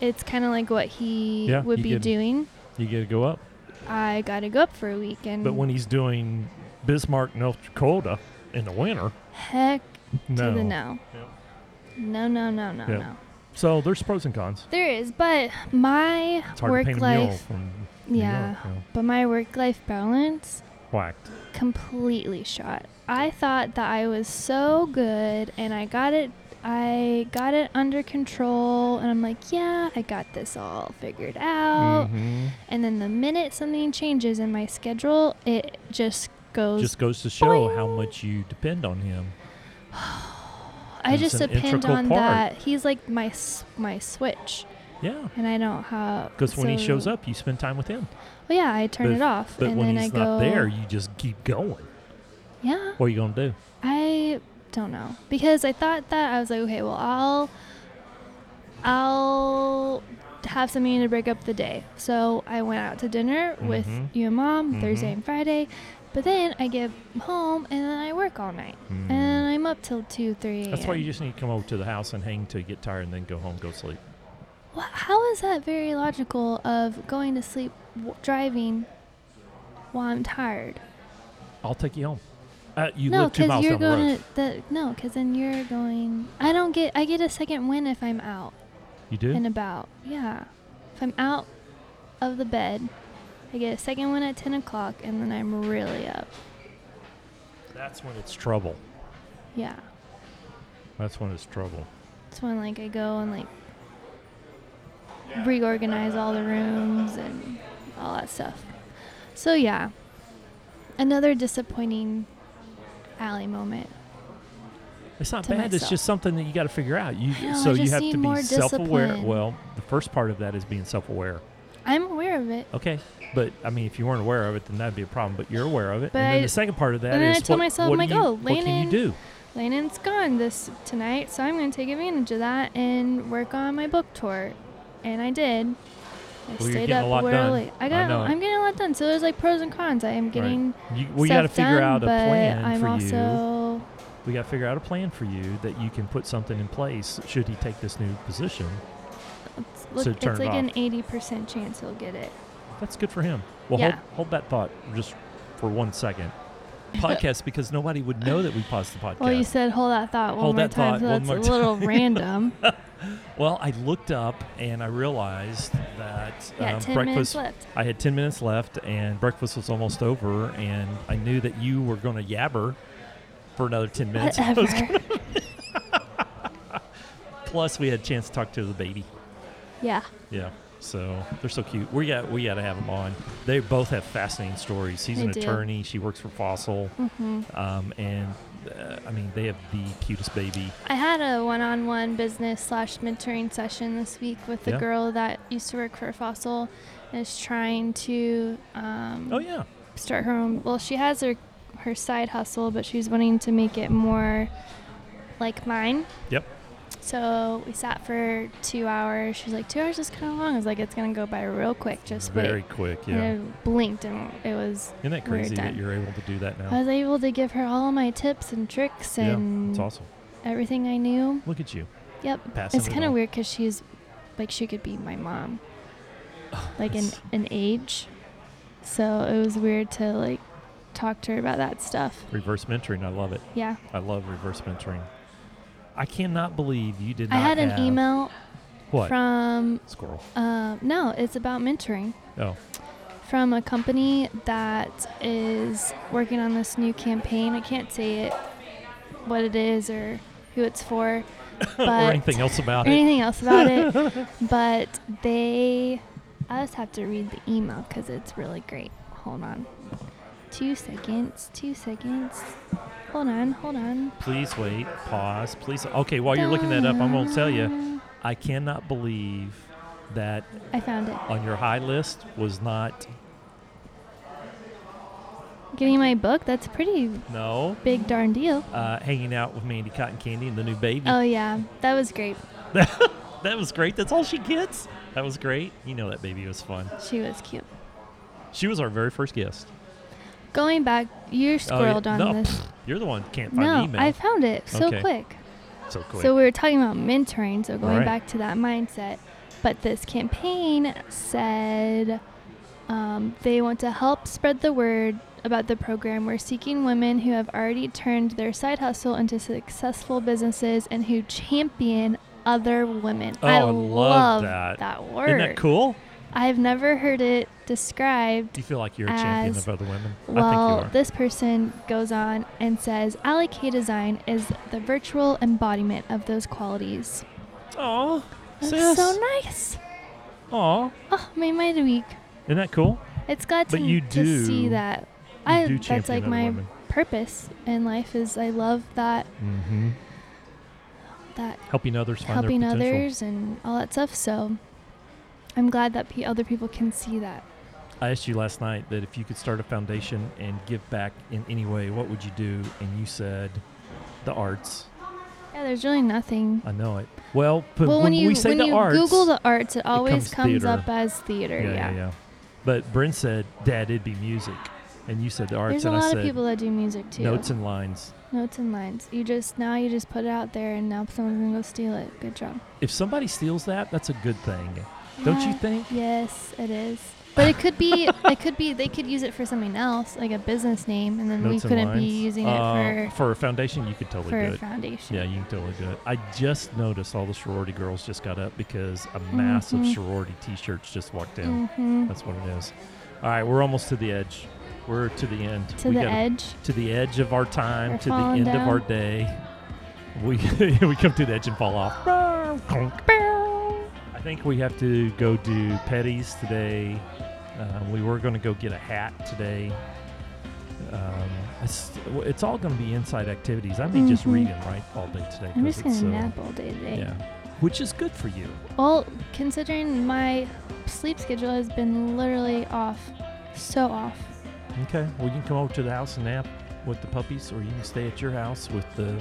it's kind of like what he
Yeah,
would
you
be
get-
doing.
You get to go up.
I gotta go up for a week and
But when he's doing Bismarck, North Dakota in the winter,
heck
no.
to the no,
Yeah.
no, no, no, no,
Yeah.
no.
So there's pros and cons.
There is, but my
It's hard to
work
paint a mule
life,
from New
yeah,
York, yeah.
but my work life balance
Whacked.
completely shot. I thought that I was so good and I got it I got it under control and I'm like, yeah, I got this all figured out.
Mhm.
And then the minute something changes in my schedule, it just goes
Just goes to show how
boing.
much you depend on him.
I
it's
just
an
depend
integral
on
part.
that. He's like my s- my switch
Yeah.
and I don't have
Because when he
so-
shows up, you spend time with him.
Well, yeah, I turn
But-
it off
But
and
when
then
he's
I go
not there, you just keep going.
Yeah.
What are you going to do?
I don't know because I thought that I was like, okay, well, I'll I'll have something to break up the day. So I went out to dinner with
Mhm.
you and mom Thursday
Mhm.
and Friday, but then I get home and then I work all night and I'm up till two, three.
Mm. That's why
a.m..
you just need to come over to the house and hang till you get tired and then go home, go sleep.
Wha- How is that very logical of going to sleep w- driving while I'm tired?
I'll take you home. Uh, you
no,
live two miles
you're
down the road.
going to the no, because then you're going. I don't get. I get a second win if I'm out.
you do?
and about yeah if i'm out of the bed i get a second one at 10 o'clock and then i'm really up
That's when it's trouble.
yeah
That's when it's trouble.
it's when like i go and like reorganize all the rooms and all that stuff so yeah another disappointing alley moment
It's not
To
bad. It's
myself.
just something that you got to figure out. You
I know, I
so you
just
have
need
to
more
be self-aware.
discipline.
Well, the first part of that is being self-aware.
i'm aware of it
Okay, but I mean, if you weren't aware of it, then that'd be a problem. But you're aware of it,
But
and
I-
then the second part of that
and then I
is
told
what,
myself,
what
I'm
do
like,
you,
oh,
what can
Lanin-
you do?
Landon's gone this tonight, so I'm going to take advantage of that and work on my book tour. And I did. I
you're
stayed
getting a lot
up
done.
early. I
I
got.
know it.
I'm getting a lot done. So there's like pros and cons. I am getting.
You, we
got
gotta figure out a plan
I'm
for you.
also,
We got to figure out a plan for you that you can put something in place should he take this new position.
It's, look,
So
it's
turn it
like an
off.
80% chance he'll get it.
That's good for him. Well,
Yeah.
hold, hold that thought just for one second. Podcast because nobody would know that we paused the podcast.
Well, you said hold that thought one
Hold
more
that thought
time, so
one
that's
more
a little random.
Well, I looked up and I realized that
Yeah,
um,
10
breakfast.
minutes left.
I had 10 minutes left and breakfast was almost over, and I knew that you were going to yabber for another 10 minutes. I was
Whatever.
Plus, we had a chance to talk to the baby.
yeah.
Yeah. So they're so cute. We got we got to have them on. They both have fascinating stories. He's
They
an
do.
attorney. She works for Fossil,
hmm
um, and uh, I mean they have the cutest baby.
I had a one-on-one business slash mentoring session this week with the
Yeah.
girl that used to work for Fossil and is trying to um,
Oh yeah,
start her own. Well, she has her her side hustle, but she's wanting to make it more like mine.
Yep.
So we sat for two hours. She's like, two hours is kind of long. I was like, it's gonna go by real quick. Just
very
wait.
quick. Yeah.
And I blinked, and it was.
Isn't that
we were
crazy that
done.
you're able to do that now?
I was able to give her all my tips and tricks
yeah,
and
it's awesome.
everything I knew.
Look at you.
Yep.
Passing
it's
it
kind of
on.
weird because she's like she could be my mom, like in
That's-
an age. So it was weird to like talk to her about that stuff.
reverse mentoring. I love it.
Yeah.
I love reverse mentoring. I cannot believe you did
I
not.
had an
have-
email
What
from
squirrel?
uh, no, it's about mentoring
Oh,
from a company that is working on this new campaign. I can't say it, what it is or who it's for,
or
but
anything else about
or
it?
anything else about it. But they, I just have to read the email because it's really great. Hold on, two seconds, two seconds. Hold on, hold on.
Please wait. Pause. Please. Okay, while you're looking that up, I'm gonna tell you. I cannot believe that
I found it.
on your high list was not
Getting my book. That's a pretty
no
big darn deal.
uh, hanging out with Mandy Cotton Candy and the new baby.
Oh yeah, that was great.
That was great. That's all she gets. That was great. You know that baby was fun.
She was cute.
She was our very first guest.
Going back, you
Oh, yeah.
squirreled on
no,
this.
pfft, you're the one who can't find the
No,
email.
I found it so
Okay.
quick.
so quick.
So we were talking about mentoring, so going
Right.
back to that mindset. But this campaign said um, they want to help spread the word about the program. We're seeking women who have already turned their side hustle into successful businesses and who champion other women.
Oh, I love that.
word.
Isn't that cool?
I've never heard it described
Do you feel like you're a champion
As-
of other women? I
well,
think you are.
this person goes on and says, Alley K Design is the virtual embodiment of those qualities.
Oh,
That's
sis.
so nice.
Aw,
Oh, made my week.
isn't that cool?
It's glad
But
to,
you
to
do-
see that.
You
I
do
that's
champion
like
other
my
women.
purpose in life is I love that
Mm-hmm.
that
Helping others find
helping
their potential.
others and all that stuff. So I'm glad that pe- other people can see that.
I asked you last night that if you could start a foundation and give back in any way, what would you do? And you said the arts.
Yeah, there's really nothing.
I know it. Well, but
well,
when,
when, you
we say
when
the
you
arts,
Google the arts, it always
comes
comes,
theater.
up as theater.
yeah, yeah, yeah. But Bryn said, "Dad, it'd be music," and you said the arts,
There's a
and I
lot
said
of people that do music too.
notes and lines.
Notes and lines. You just now you just put it out there, and now someone's gonna go steal it. Good job.
If somebody steals that, that's a good thing, don't you
Yeah.
think?
Yes, it is. But it could be. it could be. They could use it for something else, like a business name, and then
Notes
we
and
couldn't
lines.
be using
Uh,
it
a foundation. You could
for
totally
for
do
a
it.
foundation.
Yeah, you can totally do it. I just noticed all the sorority girls just got up because a mass of
Mhm.
sorority T-shirts just walked in.
Mm-hmm.
That's what it is. All right, we're almost to the edge. We're to the end.
To
we
the
gotta-
edge.
To the edge of our time.
We're
to the
falling
end of our
down.
day. We we come to the edge and fall off. Clunk. I think we have to go do petties today. Uh, we were going to go get a hat today. Um, it's, it's all going to be inside activities. I may just
Mhm.
reading right all day today.
I'm
'cause
just
it's,
gonna
uh,
nap all day today.
Yeah, which is good for you.
Well, considering my sleep schedule has been literally off, so off.
Okay. Well, you can come over to the house and nap with the puppies, or you can stay at your house with the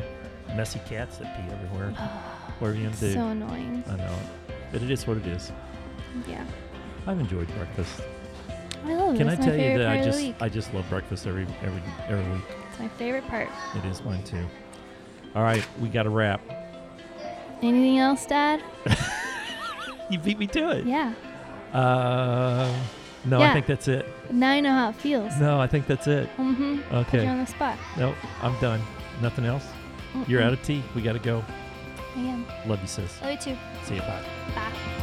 messy cats that pee everywhere. Whatever you gonna do?
so annoying.
I know, it. but it is what it is.
Yeah.
I've enjoyed breakfast.
I love it.
Can I
It's Oh, my
tell you
favorite
that
part
I
of the
just
week.
I just love breakfast every every every week.
It's my favorite part.
It is mine too. All right, we got to wrap.
Anything else, Dad?
You beat me to it.
Yeah.
Uh, no, I
Yeah.
think that's it.
Now I know how it feels.
No, I think that's it.
Mm-hmm. Put you
Okay.
on the spot.
No, I'm done. Nothing else. You're out of tea. We got to go.
I am.
Love you, sis.
Love you too.
See you. Bye.
Bye.